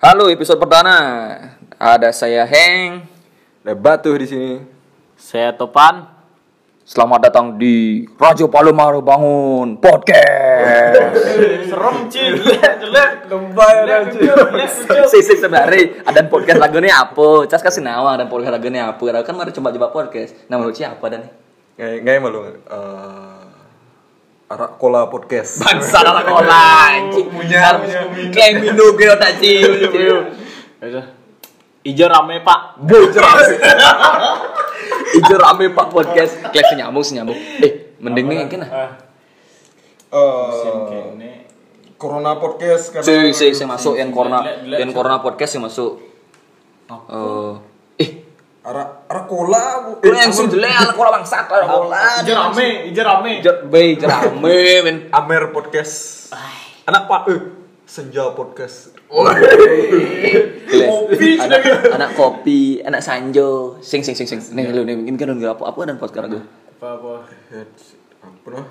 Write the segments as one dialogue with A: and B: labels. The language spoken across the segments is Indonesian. A: Halo episode perdana. Ada saya Heng.
B: Ada Nah, batu di sini.
C: Saya Topan.
A: Selamat datang di Rajo Palomaro Bangun Podcast.
C: Serem cing, jelek,
B: Lebay
A: Sisi sebenarnya ada podcast lagunya apa? Cas kasih nama dan podcast lagunya apa? Karena kan mari coba coba podcast. Nama lucu apa dan?
B: Nggak nggak malu. Eh, Arak kola podcast.
A: Bangsa lah kolan. Punya klaim minum gitu tak
C: Iya,
A: cing.
C: Ijo rame pak.
A: Bocas. Ijo rame pak podcast. Klaim senyambung senyambung. Eh, mending nih kena.
C: Oh,
B: Eh, Corona podcast kan. karena
A: Si si si masuk yang corona
C: Delete, delete,
A: yang corona podcast yang masuk. Eh, eh,
B: arak arak kola. Eh,
A: Kau yang sih jelek anak orang bangsat orang bola.
C: Ijo rame, ijo rame.
A: Jat bay jerame men.
B: Amer podcast. Anak pak. Eh, senja podcast.
A: Kopi anak, anak kopi, anak sanjo. Sing sing sing sing. Nih lu nih mungkin kan apa apa dan podcast gue.
C: Apa apa?
B: Ya, Ampun lah.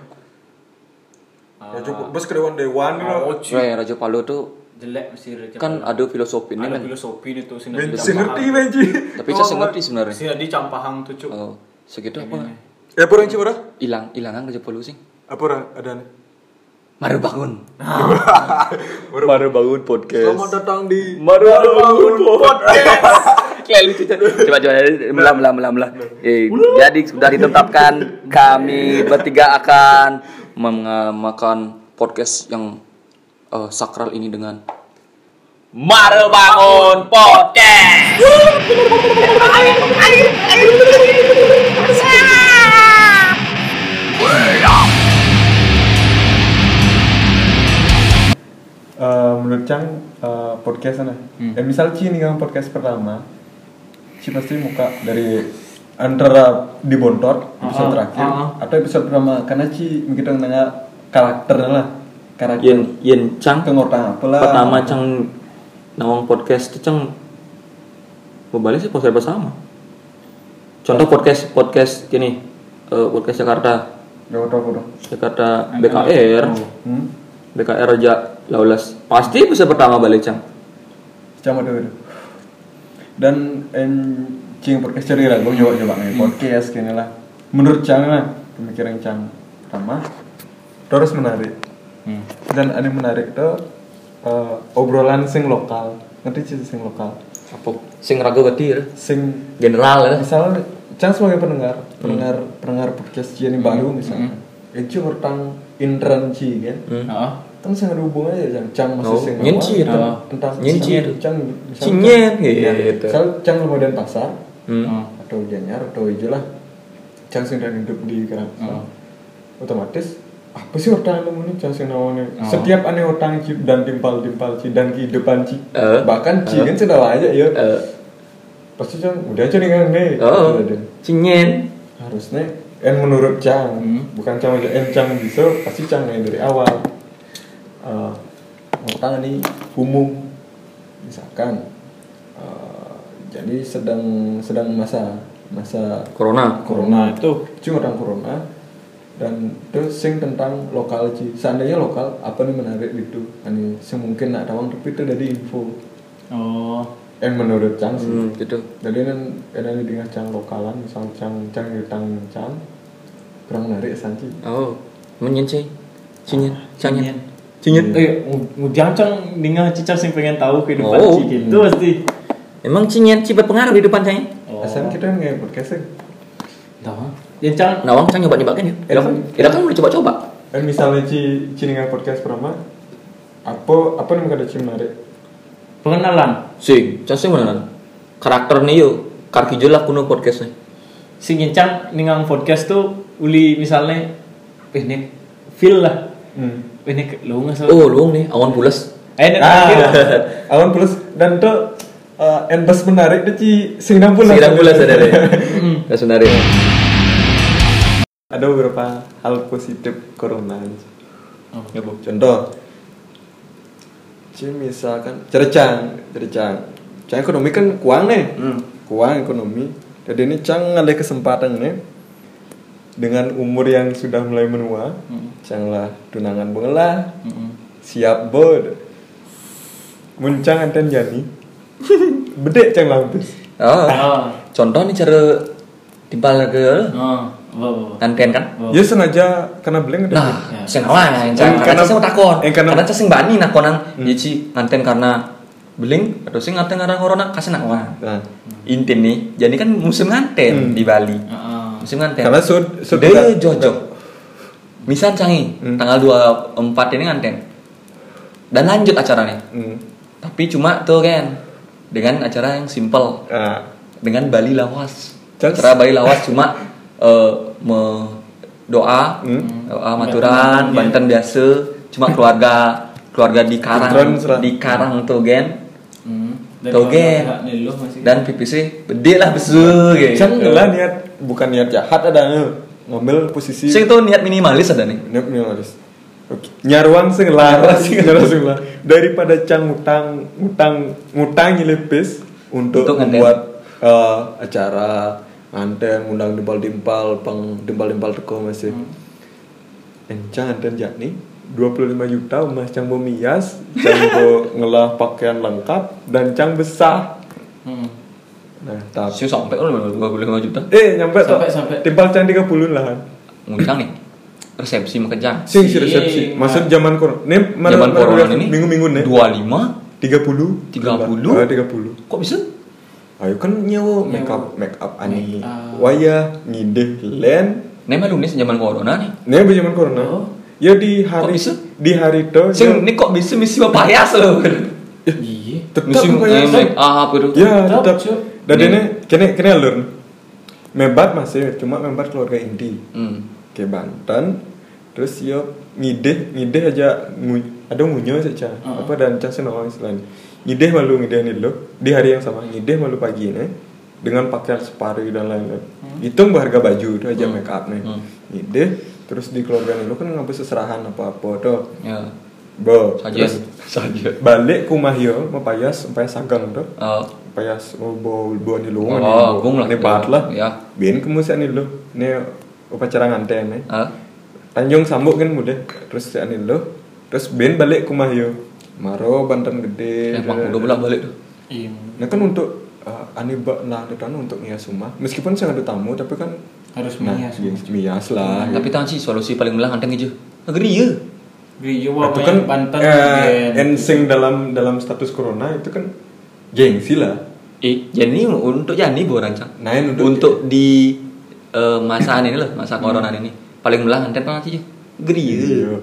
B: Ya
A: Ah.
B: cukup bos kedewan dewan lo.
A: Wah, Raja Palu tuh
C: Jelek mesti rejep.
A: kan ada filosofi ini
C: ada
A: men.
C: filosofi nih tuh sini.
B: Ben- si ngerti benci.
A: Tapi saya sih ngerti sebenarnya.
C: Sini di campahang tuh cuk.
A: Oh, segitu apa?
B: Ya pura yang cimura.
A: Hilang hilangan Raja Palu sing.
B: Apa orang ada nih?
A: Mari bangun.
B: Baru bangun podcast. Selamat datang di
A: Mari bangun podcast. Kayak lucu Chan. Coba coba melah melah melah melah. Eh, jadi sudah ditetapkan kami bertiga akan mengamakan podcast yang eh, sakral ini dengan Mari bangun podcast.
D: Eh, menurut Cang eh, podcast sana.
A: Hmm.
D: Dan misal Ci nih kan podcast pertama, Ci pasti muka dari antara di Bontot episode
A: Ah,
D: terakhir atau episode pertama karena Ci kita nanya karakternya lah karakter
A: Yen Yen Cang
D: kengotang apa lah
A: pertama Cang nawang podcast itu Cang berbalik sih podcast bersama. Contoh podcast podcast gini eh, podcast Jakarta
D: Gak tau aku dong
A: Jakarta BKR
D: hmm?
A: BKR aja laulas pasti bisa pertama balik cang
D: Cang mau dulu dan en Cing podcast cari lah gue coba coba nih podcast gini lah menurut Cang lah pemikiran Cang pertama terus menarik dan ada yang menarik tuh eh, obrolan sing lokal ngerti sih sing lokal
A: apa sing raga getir
D: sing
A: general ya
D: misal Cang sebagai pendengar
A: Hmm.
D: pendengar pendengar podcast Cian yang baru misalnya ya Ci tentang intern Ci kan
C: Heeh.
D: kan sangat hubungan aja Cang Cang masih
A: Hmm. Oh,
D: sing
A: nyincir.
D: awal,
A: Oh.
D: tentang
A: Nyincir.
D: Cang misal
A: Cinyen,
D: Cang- iya,
A: gitu. Hmm.
D: misal Cang mau dan pasar
C: Heeh.
D: atau Janyar atau Ijo lah Cang sing dan hidup di Kerangsa otomatis apa sih otak lu ini Cang sing nawangnya
A: Oh.
D: setiap aneh otak Ci dan timpal timpal Ci dan kehidupan Ci
A: Eh.
D: bahkan Ci kan sudah aja ya
A: Eh,
D: pasti Cang udah aja nih kan nih
A: oh
D: Gitu, Den.
A: cinyen
D: harusnya en menurut Cang
A: Hmm.
D: bukan Cang aja en Cang bisa pasti Cang yang dari awal Eh, tentang ini umum misalkan eh, jadi sedang sedang masa masa
A: corona
D: corona
C: Nah, itu.
D: cuma tentang corona dan terus sing tentang lokal sih seandainya lokal apa nih menarik gitu ini semungkin nak tawang tapi itu dari info
C: Oh.
D: en menurut Cang sih
A: hmm, gitu
D: jadi kan ada di dengan cang lokalan, misal cang cang yutang cang, kurang menarik sanci.
A: oh menyen sih cinyen ya. canyen
C: Cinyet. Eh, ngujang cang dengar cicak sing pengen tahu kehidupan
A: Oh.
C: Ci gitu pasti.
A: emang cinyen sih berpengaruh di depan cang ya?
C: Oh.
D: Asalnya kita nggak podcast sih.
C: Tahu. Yang cang
A: nawang cang nyoba nyoba kan ya
D: Eh,
A: kita kan kita kan udah coba coba
D: Dan Eh, misalnya ci ci dengan podcast pertama, apa apa nih kata ci menarik?
C: pengenalan
A: sing cang sih mana karakter nih yuk karki jelas kuno podcast nih
C: si ngincang ningang podcast tuh uli misalnya eh ini feel lah
D: Hmm.
C: Eh, ini ke- lu nggak salah
A: oh luang nih awan pulas
C: eh ini terakhir
D: Ah,
C: lah.
D: Nah, awan plus dan tuh uh, endos menarik deh ci sing enam bulan.
A: siram pulas ada deh nggak sebenarnya
D: Ada beberapa hal positif corona. Ci.
C: oh, ya, Bu.
D: Contoh, ci misalkan cercang, cercang, cang ekonomi kan kuang nih.
C: hmm.
D: keuangan ekonomi jadi ini cang ada kesempatan nih dengan umur yang sudah mulai menua cang lah tunangan bengelah
C: Mm-mm.
D: siap bod muncang anten jani bedek cang lampis
A: Oh.
C: Oh.
A: Contoh nih cara timpal ke
C: Oh, apa, apa, apa.
A: nanten kan?
C: Oh.
D: ya sengaja karena beleng ada
A: Nah,
C: Ya.
A: sing awal yang
D: Yang
A: cara karena
D: karena-
A: sing takon.
D: yang karena-
A: Karena cah sing bani nakonan yici nanten karena beling atau sing nanten karena corona kasih nak wah.
D: Nah,
A: Intim nih. Jadi kan musim nanten di Bali.
C: Heeh.
A: Musim nanten.
D: karena sud sud
A: Deh cocok. Misal canggih,
D: Hmm.
A: tanggal 24 ini nganten. Dan lanjut acaranya.
D: Hmm.
A: Tapi cuma tuh kan dengan acara yang simple,
D: Ah.
A: dengan Bali lawas.
D: Terus?
A: Acara Bali lawas cuma eh, me doa,
D: Hmm.
A: doa maturan, Banten biasa, cuma keluarga keluarga di
D: Kebetulan
A: Karang,
D: serat-
A: di Karang tuh gen
C: Hmm. Dan
A: Toge.
C: kalau nggak nih, lu masih-
A: dan PPC bede lah besu gitu.
D: Cang lah niat bukan niat jahat ada eh. ngambil posisi
A: Sing tuh niat minimalis ada nih.
D: niat minimalis. Oke. Nyaruan sing lara sing nyaruan sing lara. daripada cang ngutang ngutang ngutang nyelepis untuk,
A: Untuk nganten.
D: membuat eh, acara nganten ngundang dimpal-dimpal peng dimpal-dimpal teko masih. Encang nganten jakni 25 juta emas cang bo mias, cang bo ngelah pakaian lengkap dan cang besar.
C: Hmm.
D: Nah, tapi
A: Sing sampai oh 25 juta.
D: Eh nyampe tuh.
C: Sampai- sampai.
D: Timpal can 30 lah.
A: Nguncang nih. Resepsi makan
D: Sing si resepsi.
C: Sing.
D: Maksud zaman corona. Ini mana-
A: Zaman
D: mana
A: corona
D: udah
A: ini
D: Minggu-minggu nih.
A: 25
D: 30
A: 30?
D: Ah, 30.
A: kok bisa?
D: Ayo kan nyewa make
C: Nyewa.
D: up make up ani.
C: Make up.
D: Wayah ngideh len.
A: Nih malu nih zaman corona nih.
D: Ini apa zaman corona.
C: Oh.
D: Ya di hari
A: bisa?
D: di hari itu ya,
A: Sing ini kok bisa misi payas loh.
C: Iya.
D: tetap
A: Misi
D: pokoknya.
A: make up itu.
D: Ya
C: Tetap,
D: tetap.
C: cuy.
D: Dan
A: Ini.
D: ini kene kene alur. Mebat masih cuma membat keluarga inti.
A: Hmm.
D: ke Banten terus yo ngideh ngideh aja ngu- ada ngunyah saja
C: Heeh.
D: apa dan cang senawang istilahnya ngideh malu ngideh nih lo di hari yang sama ngideh malu pagi nih dengan pakaian separi dan lain-lain hitung harga baju itu aja make up nih
A: Hmm.
D: ngideh terus di keluarga nih lo kan ngabis seserahan apa apa tuh
A: Ya.
D: bo
A: Saja.
D: terus
A: Saja.
D: balik kumah yo mau payas mau payas sagang tuh
A: Eh,
D: payas oh bo bo nih lo
A: Oh, gong lah.
D: nih bat lah
A: Ya.
D: bin kemusian nih lo nih upacara nganten nih
A: eh,
D: Tanjung sambuk kan mudah terus si Anil lo terus Ben balik ke Mahyo Maro Banten gede
A: emang ya, udah bolak balik tuh.
C: Iya.
D: nah kan untuk uh, Ani bak nah ada tanah untuk Mia Suma meskipun saya ada tamu tapi kan
C: Harus
D: nah,
C: mias.
D: mias, mias lah
A: Ah, Tapi tahan sih solusi paling belang anteng aja. Negeri ya.
C: Iya, wah,
D: itu kan
C: main Banten.
D: eh,
C: gen.
D: ensing dalam dalam status corona itu kan gengsi lah
A: Eh, jadi untuk Jani bu rancang.
D: Nah, ini untuk-
A: untuk di eh, masaan ini loh, masa corona ini paling belang anteng nanti aja. Negeri ya.
D: Iya.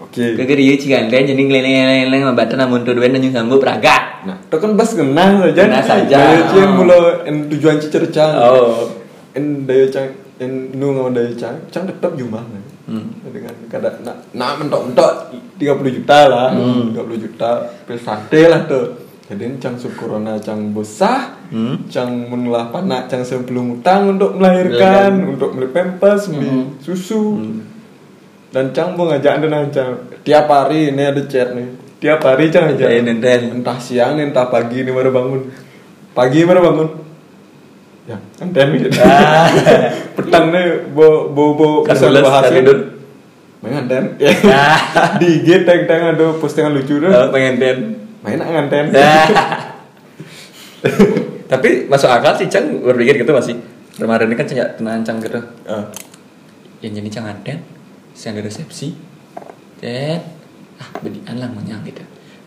D: oke
A: Kagak dia ciganten jadi ngeleleng-leleng ngebatan namun tuh duen nanyung sambu praga.
D: nah itu kan bas genah saja
A: Genah saja.
D: cian mula en tujuan cicerca
A: Oh.
D: en daya cang en nu ngau daya cang cang tetap jumlah nah.
A: Hmm.
D: dengan kada nak nak mentok mentok 30 juta lah
A: Hmm.
D: 30 juta pil sate lah tuh jadi cang sub corona cang besar
A: Hmm.
D: cang menulah panak cang sebelum utang untuk melahirkan untuk beli pampers beli
A: Hmm.
D: susu dan cang mau ngajak dan cang tiap hari ini ada chat nih tiap hari cang aja
A: Ajain nenten.
D: entah siang nih, entah pagi nih baru bangun pagi baru bangun ya anten gitu petang nih bo bo bo bisa
A: Karbulas,
D: bahas
A: karbidur.
D: main anten di IG tag tag ada postingan lucu kan,
A: Eh,
D: tuh
A: Pengenten.
D: main anten
A: Ah. Tapi masuk akal sih Cang berpikir gitu masih. Kemarin ini kan Cang nggak tenang Cang gitu.
D: Ah.
A: Yang jadi Cang anten, siang ada resepsi. Dan ah bedian lah menyang gitu.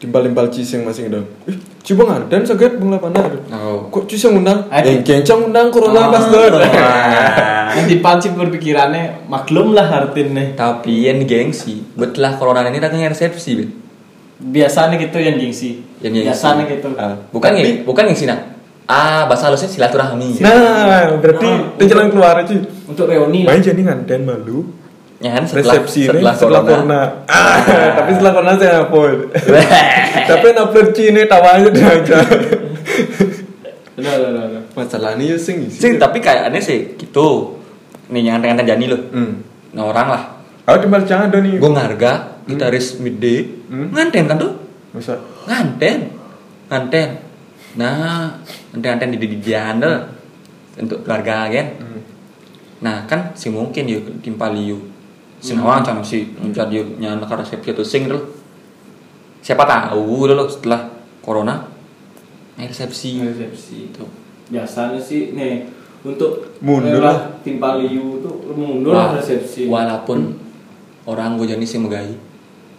D: timbal-timbal cheese yang masih dong eh coba ngarden seget bung lapana
A: Oh.
D: kok cheese yang undang
C: Ada.
D: yang kencang undang
C: Ah.
D: corona pas tuh
C: Nanti panci berpikirannya maklum lah artinya.
A: Tapi yang gengsi, betlah corona ini datang resepsi, Ben.
C: Biasanya gitu yang gengsi.
A: Yang gengsi.
C: Biasanya gitu.
D: Ah.
A: Bukan
D: Tapi-
A: geng, bukan gengsi nah. Ah, bahasa halusnya silaturahmi.
D: nah berarti
C: Ah,
D: itu jalan keluar aja
C: Untuk reuni lah.
D: main jadi ngarden malu
A: Ya kan setelah
D: resepsi ini setelah, corona, Ah, tapi setelah corona saya upload tapi upload ini tawa aja dah aja
C: Udah, udah, udah, udah.
D: masalah ini ya sing isi.
A: Sing tapi kayaknya sih gitu. Nih yang dengan Jani loh.
D: hmm
A: Nah orang lah.
D: aku di balik jangan ada nih
A: Gue harga gitaris midday
D: Hmm.
A: nganten kan tuh?
D: masa
A: Nganten. Nganten. Nah, nganten-nganten di di jandel untuk keluarga kan.
D: Hmm.
A: Nah, kan sih mungkin yuk timpali yuk. Sing
D: Hmm.
A: awang can si ngejar yuk nyana resepsi atau sing dulu. Siapa tahu dulu setelah corona eksepsi
C: resepsi itu biasanya sih nih untuk
D: Mundur
C: eh,
D: lah.
C: timpal liu tuh mundur lah resepsi
A: walaupun orang gue jenis yang megai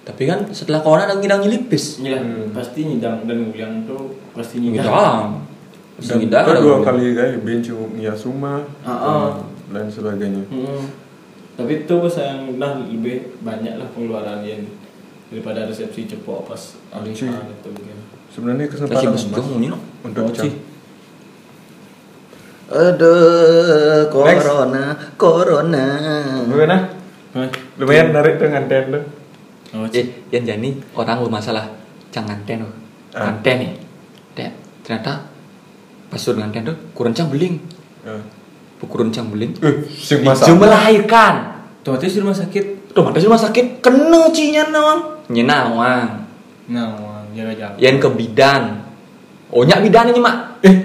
A: tapi kan setelah corona ada ngidang nyilipis
C: Nyidang, Iya,
D: Hmm.
C: pasti nyidang dan ngulang tuh pasti nyidang
A: ngidang Bisa
D: Dan
A: ngidang
D: kita
A: ada
D: Iya. dua
A: gua.
D: kali kali bencu Miyasuma
C: Ah, ah.
D: Hmm, dan sebagainya.
C: Mm-mm. Hmm. tapi itu sayang nah lebih banyak lah pengeluaran yang daripada resepsi cepok pas
D: Anjing.
C: alihan itu mungkin
D: Sebenarnya
A: kasih
D: kesempatan
A: besok
D: emas
A: ini no
D: untuk
A: Bocah.
D: Cang.
A: Aduh,
D: Next.
A: corona.
D: Gimana? Lumayan menarik tuh nganten tuh.
C: Oh,
A: Eh,
C: cik.
A: yang jani orang bermasalah jangan ten loh.
D: Ah.
A: Nganten nih. Dek, ternyata pas sudah nganten tuh kurang cang beling.
D: Eh,
A: Kurang cang beling.
D: Eh, sing masak.
A: Hijau melahirkan.
C: otomatis di rumah sakit
A: Tuh, ada rumah sakit kena cinya nawang. Nyena nawang.
C: nah wang, jaga jaga
A: Yang ke bidan. Oh, nyak bidan ini mak.
D: Eh,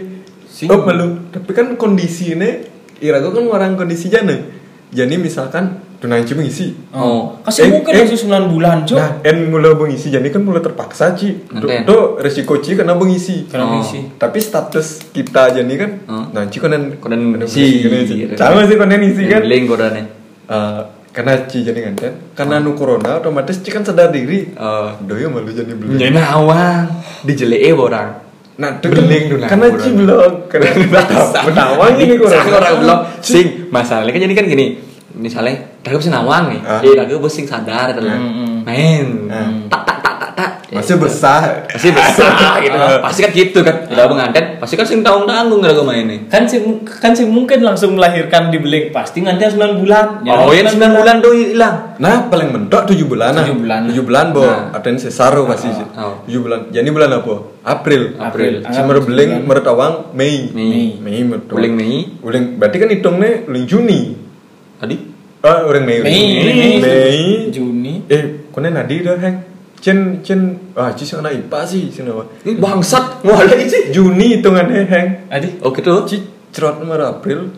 C: Sing.
D: oh belum. Tapi kan kondisi ini, Irago kan orang kondisi jana. Jadi misalkan nah, tunai cuma ngisi.
A: Oh.
C: kasih
D: Eh,
C: mungkin
D: eh.
C: masih 9 bulan cok
D: Nah, en mulai mengisi jadi kan mulai terpaksa ci. Tuh
A: Nganten.
D: tuh resiko ci karena mengisi.
C: karena
A: Oh.
C: mengisi
D: Tapi status kita jadi kan,
A: Hmm.
D: nah ci konen
A: Konen iya. ngisi.
D: ngisi. Sama sih konen ngisi kan.
A: Beling kodane.
D: Eh, karena Ci jadi nganten karena
A: Oh.
D: nu corona otomatis Ci kan sadar diri eh doi malu jadi beling
A: Nyena nawang. Dijeleke orang.
D: nah itu
A: Beling
D: kan,
A: dulu lah,
D: karena
A: corona.
D: Ci belum karena betawang betawang ini corona
A: Sang orang belum sing masalahnya kan jadi kan gini misalnya dagu bisa nawang nih
D: Ah.
A: eh dagu bos sing sadar gitu dan main
D: Ah.
A: Eh. tak tak tak tak tak
D: masih besar
A: pasti besar gitu kan. pasti kan gitu kan dagu pengantin pasti kan sing tanggung tanggung dagu main nih
C: kan sih kan sih mungkin langsung melahirkan di beling pasti nanti 9 bulan
A: oh ya sembilan bulan doi hilang
D: nah paling mentok tujuh bulan nah
C: Tujuh bulan.
D: tujuh bulan bo
A: Nah.
D: ada yang sesaro pasti Ci.
A: Oh.
D: tujuh bulan jadi bulan apa April
A: April.
D: Ci merbeling meretawang Mei
A: Mei.
D: Mei meretawang
A: Beling Mei.
D: beling berarti kan hitungnya beling Juni
A: tadi
D: ah orang Mei
C: Mei, Mei.
D: Mei
C: Juni
D: Eh, kone nadi dah heng. Cen cen ah ci sana ipa sih cen apa?
A: ini bangsat ngoleh sih
D: Juni hitungannya heng.
C: Adi
A: oh gitu
D: Ci cerot nomor April.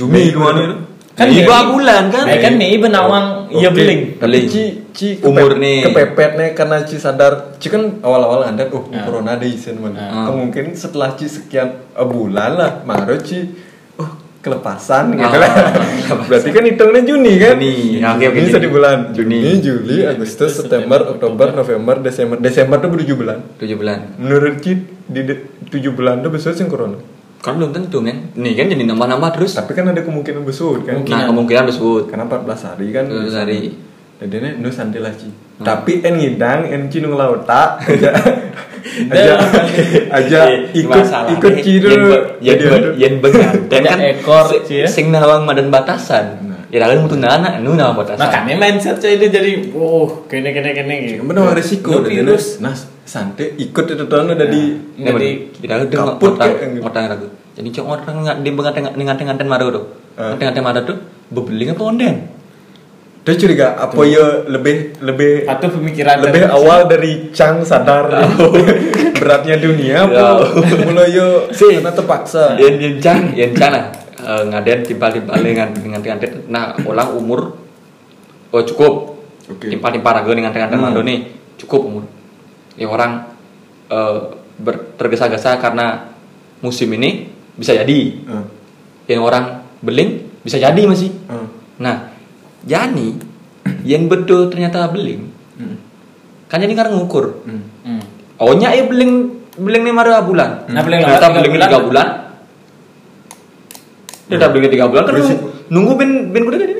A: Mei kemana itu? kan dua bulan kan
C: Mei kan Mei benawang
D: Oke,
C: ya beling
D: iya, Tapi
A: Beling.
D: ci ci
A: Umur
D: kepepet-
A: nih.
D: kepepetnya karena ci sadar ci kan awal-awal ada oh
C: Nah.
D: corona ada isin
A: Nah.
D: mana. Kemungkinan setelah ci sekian eh, bulan lah maro ci oh kelepasan gitu
A: Ah,
D: lah.
A: kelepasan.
D: Berarti kan hitungnya Juni kan?
A: Juni, ya, oke, oke,
D: Juni
A: Juni.
D: satu bulan.
A: Juni.
D: Juni, Juli, Agustus, September, Oktober, November, Desember. Desember tuh bertujuh bulan.
A: tujuh bulan
D: Menurut Cid, di de- tujuh bulan tuh besok sing corona.
A: kan belum tentu kan nih kan jadi nambah nambah terus
D: Tapi kan ada kemungkinan besok kan.
A: nah kemungkinan disebut
D: Karena 14 hari kan.
A: 14 hari. Hmm.
D: Jadi ini nu santai lah Ci. Tapi en ngidang, en Ci nung laut tak aja aja aja
A: Iya, Eh,
D: ikut ikut Ci dulu.
A: Yen
D: Jadi
A: yen
D: aduh. iya.
A: yen beganten kan
C: Ada ekor,
A: si-
C: Ci, ya.
A: Sing nawang madan batasan.
D: Nah.
A: Ya dalam mutu anak nu nawang batasan.
C: makanya Nah, mindset saya ini jadi oh kene kene kene
D: Yang benar ada risiko
C: Lu
D: jadi ini,
C: virus
D: Nah, santai ikut itu tahun udah di
A: Ini
C: Jadi,
A: kita Nah, udah
D: kaput
A: otak
D: kayak gitu.
A: otak ragu. Jadi cok orang nggak di benganten nganten nganten maru tuh.
D: Ah.
A: Nganten nganten maru tuh bebeling apa onden?
D: Dia curiga apa ya lebih lebih
C: atau pemikiran
D: lebih
C: dari-
D: awal dari Chang sadar beratnya dunia
A: Tahu.
D: apa mulai yo
A: Si.
D: karena terpaksa
A: Yen yen cang yen cang lah. Eh, Ngaden timpal timpal nganten nganten nganten. Nah orang umur oh cukup.
D: Oke.
A: Timpal timpal ragu nganten nganten
D: Hmm.
A: maru nih cukup umur. Ya orang eh, ber- tergesa-gesa karena musim ini bisa jadi.
D: Eh,
A: yang orang beling bisa jadi masih.
D: eh.
A: Nah, Jani yang betul ternyata beling.
D: Hmm.
A: Kan Jani kan ngukur.
D: Hmm.
C: Hmm.
A: Ohnya ya beling beling nih marah bulan.
C: Nah, beling
A: ternyata
C: lewat tiga Hmm.
A: belingnya
C: bulan.
A: tiga bulan. Dia udah belingnya tiga bulan kan
D: Berisi-
A: nunggu- nunggu bin bin udah ini.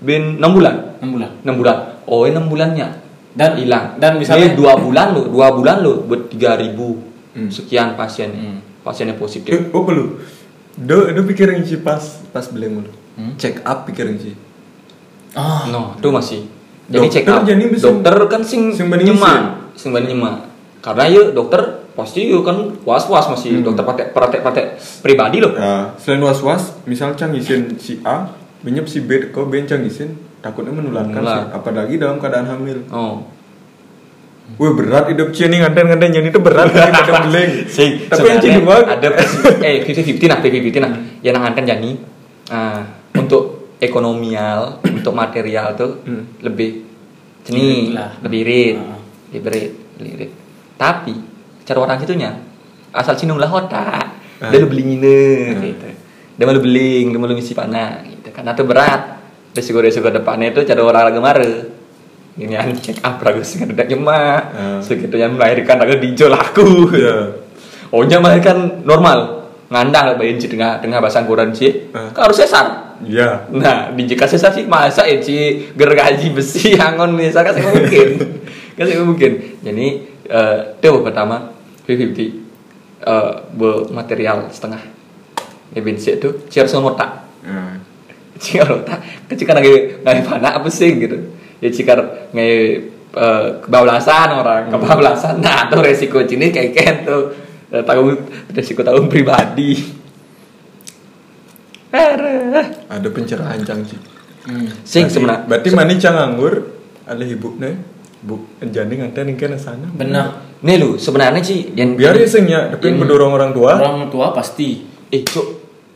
A: Bin enam bulan.
C: enam bulan
A: Enam bulan. Oh, enam bulannya
C: Dan-
A: hilang.
C: dan misalnya-
A: Ini dua bulan lo, dua bulan lo buat tiga ribu
D: Hmm.
A: sekian pasien
C: Hmm.
A: pasiennya positif.
D: Eh, oh perlu do do pikirin sih pas pas beli mulu
A: Hmm?
D: check up pikirin sih
C: ah
A: No, itu masih. Jadi
D: Dokter
A: check up.
D: jadi bisa- ya?
A: dokter kan sing
D: sing
A: nyemak
D: banding
A: sing banding nyemak. Karena yuk dokter pasti yuk kan was-was masih
D: Hmm.
A: dokter praktek praktek praktek pribadi loh.
D: selain was was misal Chang isin si A benyep si B kau ben Chang isin takutnya menularkan
A: Menular.
D: si- apalagi dalam keadaan hamil
A: Oh.
D: Wih berat hidup Cie nih nganten nganten jadi itu berat ini pada beling. Tapi yang Cie dua
A: sebenarnya ada pers- eh 50-50 nah 50-50 nah yang nangankan Jani ah, untuk ekonomial untuk material tuh
D: Hmm.
A: lebih ceni
C: Irit lah.
A: lebih irit
C: Ah.
A: lebih irit, lebih irit. tapi cara orang situnya asal sinung lah otak
D: Ah.
A: dia lu beli ngine gitu dia malu beling dia malu ngisi panah gitu karena itu berat resiko resiko depannya itu cara orang lagi mare ini yang check up ragu sih kan udah nyemak
D: Hmm.
A: segitunya melahirkan ragu dijual aku
D: Iya.
A: ohnya melahirkan kan normal ngandang lah bayin sih tengah tengah bahasa Quran sih
D: Hmm.
A: Kan harus sesar
D: Iya.
A: Nah, di jika sesar sih masa ya, eci gergaji besi angon bisa kan saya mungkin. kan saya mungkin. Jadi eh itu pertama 50 eh be material setengah. Ya bensin itu ciar sama otak. Ciar otak. Kecikan lagi ngai mana apa sih gitu. Ya cikar ngai eh, kebablasan orang kebablasan nah tuh resiko jenis kayak kayak tuh Eh, tanggung resiko tanggung pribadi Arah.
D: Ada pencerahan cang sih.
A: Sing
D: Berarti-
A: sebenarnya.
D: Berarti mana cang anggur ada hibuknya. Bu, jani ngantai nih kena sana.
A: Nah,
C: benar
A: Nih lu sebenarnya sih yang
D: Biar ya, isengnya,
A: Hmm.
D: tapi mendorong orang tua.
C: orang tua pasti
A: eh cuk,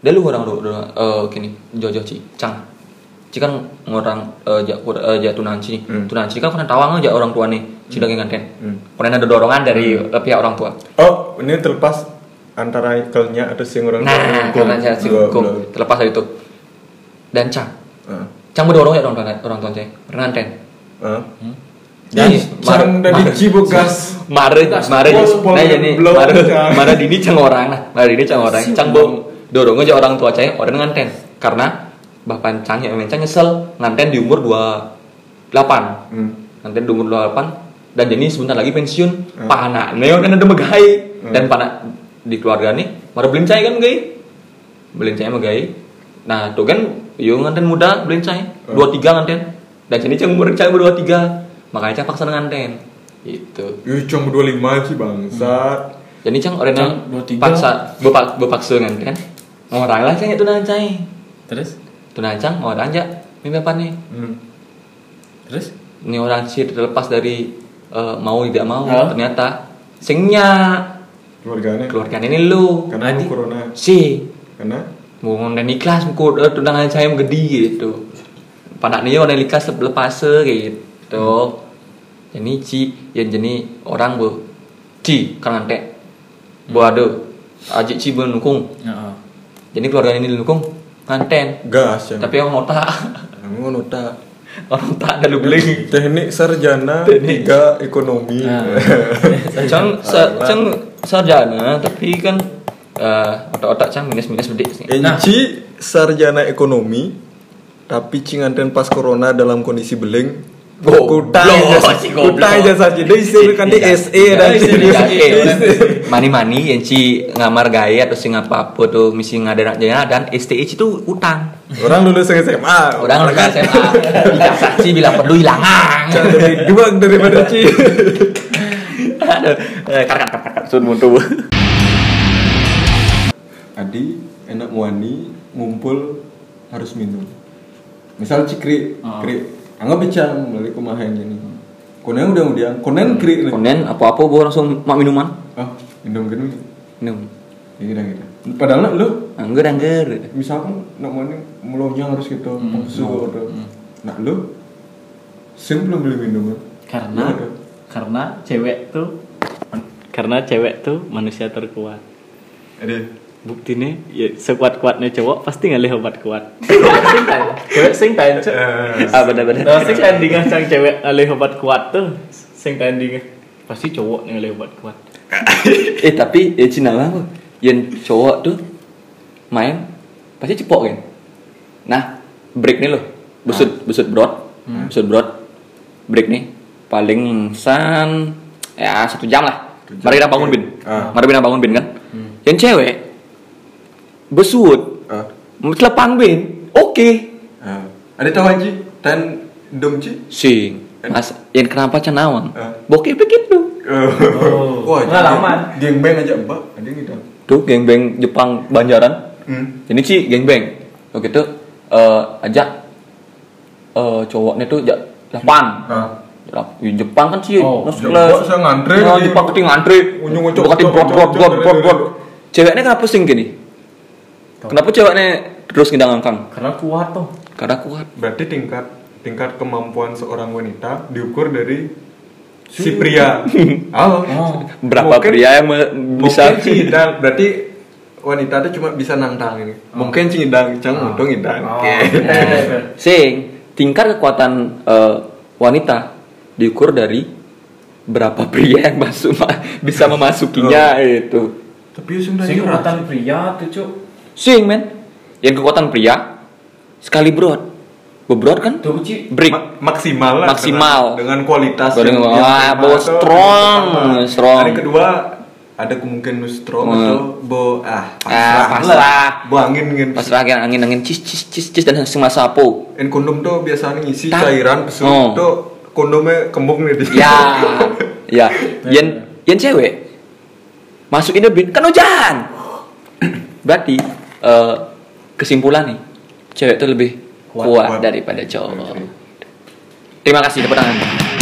A: dah lu orang lu orang- eh kini jojo ci cang. Ci kan orang eh jak eh jak tunan ci.
D: Hmm.
A: Tunan ci kan kena tawang aja orang tua nih. Ci lagi nganten.
D: Hmm.
A: Kena ada dorongan dari eh, pihak orang tua.
D: Oh, ini terlepas antara kelnya atau sing orang
A: Nah,
D: tua.
A: karena saya si
D: Belum, belum.
A: hukum terlepas dari itu. Dan cang.
D: Ah.
A: Cang mendorong ya orang tua orang tua cang. Pernah nganten.
D: Ah.
A: Hmm? Dan
D: Cang dari Cibogas.
A: Mare, mare,
D: Bos, bol,
A: nah jadi
D: belum,
A: mare,
D: Cang.
A: mare dini cang orang, nah mare dini cang orang, cang bong dorong aja orang tua cang orang nganten, karena bapak cang yang cang nyesel nganten di umur 28
D: Hmm.
A: nganten di umur 28 dan jadi sebentar lagi
C: Hmm.
A: pensiun, panak neo kan ada megai dan panak di keluarga nih, mare beliin cang kan gay, beliin cang megai, nah tuh kan yo nganten muda beliin cang,
C: Hmm.
A: dua tiga nganten, dan jadi cang umur cang umur dua tiga, makanya cang paksa nganten, gitu.
D: Ih, cang 25 sih bangsat.
A: Jadi cang orang
C: Cang,
A: yang
C: dua tiga.
A: paksa bepak bepaksa kan kan. Orang lah cang itu nang cang.
C: terus
A: Itu nang cang orang aja mimpi apa nih?
D: Hmm.
C: terus
A: Ini orang sih terlepas dari eh, mau tidak mau
C: Hah?
A: ternyata singnya
D: Keluarganya.
A: keluarkan ini lu
D: Karena
C: Nanti.
D: aku corona.
A: si
D: Karena
A: mau dan ikhlas mau eh, tunangan saya yang gede gitu. Panak nih orang ikhlas lepas eh, gitu. Jadi ci yang jadi orang bu ci kan ngantek. Bu ada ajik ci benukung
C: Heeh.
A: jadi keluarga ini didukung nganten
D: gas ya.
A: tapi orang otak
D: Nah, ngono tak.
A: orang otak ada beling
D: Teknik sarjana
A: Teknik.
D: tiga ekonomi.
C: Nah.
A: cang sa- cang sarjana tapi kan eh, otak-otak cang minus minus bedik sih
D: Enci
A: Nah.
D: sarjana ekonomi tapi cinganten pas corona dalam kondisi beling
A: Goblok,
D: kutai jasa
A: si goblok. Iya,
D: kutai jasa jadi istilah kan di SE dan E.
A: mani-mani yang ci ngamar gaya atau sing apa apa tuh misi ngadain aja dan STH itu utang
D: orang lulus E. Ah, SMA
A: orang orang SMA ijazah ci bila perlu hilangan
D: Jangan lebih duang daripada Ci
A: aduh eh, kar kar kar kar sun muntuh
D: Adi enak wani ngumpul harus minum. Misal cikri,
C: Ah.
D: kri, anggap bicara melalui kumahain ini. Konen udah udah, konen kri. nih.
A: konen apa-apa gua langsung mak minuman
D: Ah, minum gini.
A: minum
D: Ya gitu gitu. Padahal nak lu,
A: anggur anggur
D: misalkan nak wani mulanya harus gitu, palsu atau nak Nah, lu, sim belum beli minum. Ya,
C: karena
D: udah.
C: karena cewek tuh karena cewek tuh manusia terkuat
D: Ada.
C: buktinya ya sekuat kuatnya cowok pasti ngalih obat kuat Sing tahan. cewek sing tahan cok
D: Eh,
A: ah benar-benar
C: nah sing tahan dingin cang cewek ngalih obat kuat tuh sing tahan dingin pasti cowok yang ngalih obat kuat
A: eh tapi ya Cina lah apa? yang cowok tuh main pasti cepok kan nah break nih loh
D: Nah.
A: busut busut brot
D: Hmm.
A: busut brot break nih paling san ya satu jam lah
D: Satu jam.
A: mari kita bangun bin
D: Ah. Hmm.
A: mari kita bangun bin kan yang cewek besut
D: Ah,
A: telepang bin oke
D: ah. Ada tahu Haji? Tan dom Ci?
A: sing
D: Eh.
A: mas yang kenapa cenawang
D: Ah.
A: bokeh begitu
C: Oh,
D: Wah,
C: pengalaman.
D: Geng beng aja mbak, ada yang ngidam.
A: tuh gengbeng Jepang Banjaran
D: Hmm.
A: ini sih gengbeng oke tuh eh, ajak eh, cowoknya tuh ajak Jepang
D: Ah.
A: Jepang. Ya, Jepang kan sih
C: Oh,
A: nos-
D: Jepang
A: les-
D: saya ngantri
A: Nah,
D: di-
A: Jepang keting ngantri
D: Unjung ucok,
A: Bukan di
D: ucok,
A: brot
D: ucok,
A: brot brot
D: ucok,
A: brot
D: ucok,
A: brot
D: ucok.
A: ceweknya kenapa sing gini kenapa ceweknya terus ngidang angkang
C: karena kuat tuh
A: karena kan kuat
D: Berarti tingkat tingkat kemampuan seorang wanita diukur dari si pria oh,
A: Berapa
D: Mungkin-
A: pria yang me- bisa
D: mungkin si hidang berarti wanita tuh cuma bisa nantangin
A: Oh.
D: mungkin si hidang cang untung hidang
C: Eh,
A: Sing, tingkat kekuatan eh, wanita diukur dari berapa pria yang masuk ma- bisa memasukinya gitu. itu.
D: tapi usung
C: Sing
D: tadi orang
C: kekuatan pria tuh cuk.
A: Sing, men. Yang kekuatan pria sekali broad. Bebrod kan?
C: Tuh cik.
A: Break.
D: Ma- maksimal lah
A: Maksimal.
D: dengan, dengan kualitas
A: Dengan-
D: yang- yang
A: wah,
D: sama
A: bawa
D: atau
A: strong,
D: yang pertama.
A: strong.
D: hari kedua ada kemungkinan strong
A: Hmm.
D: atau bo ah
A: Ah, pasrah.
D: bo angin angin
A: Pas lagi angin angin cis cis cis cis dan langsung masapo.
D: En kondom tuh biasanya ngisi
A: Tak.
D: cairan pesu
A: Oh.
D: tuh kondomnya kembung nih di situ.
A: Ya, ya. Yen yen cewek masukin bin kan hujan. Berarti eh, kesimpulan nih cewek itu lebih kuat,
D: kuat.
A: daripada cowok. Terima kasih tepuk tangan.